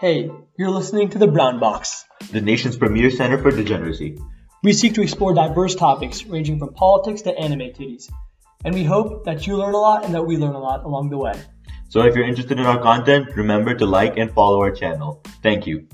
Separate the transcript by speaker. Speaker 1: Hey, you're listening to The Brown Box.
Speaker 2: the nation's premier center for degeneracy.
Speaker 1: We seek to explore diverse topics ranging from politics to anime titties. And we hope that you learn a lot and that we learn a lot along the way.
Speaker 2: So if you're interested in our content, remember to like and follow our channel. Thank you.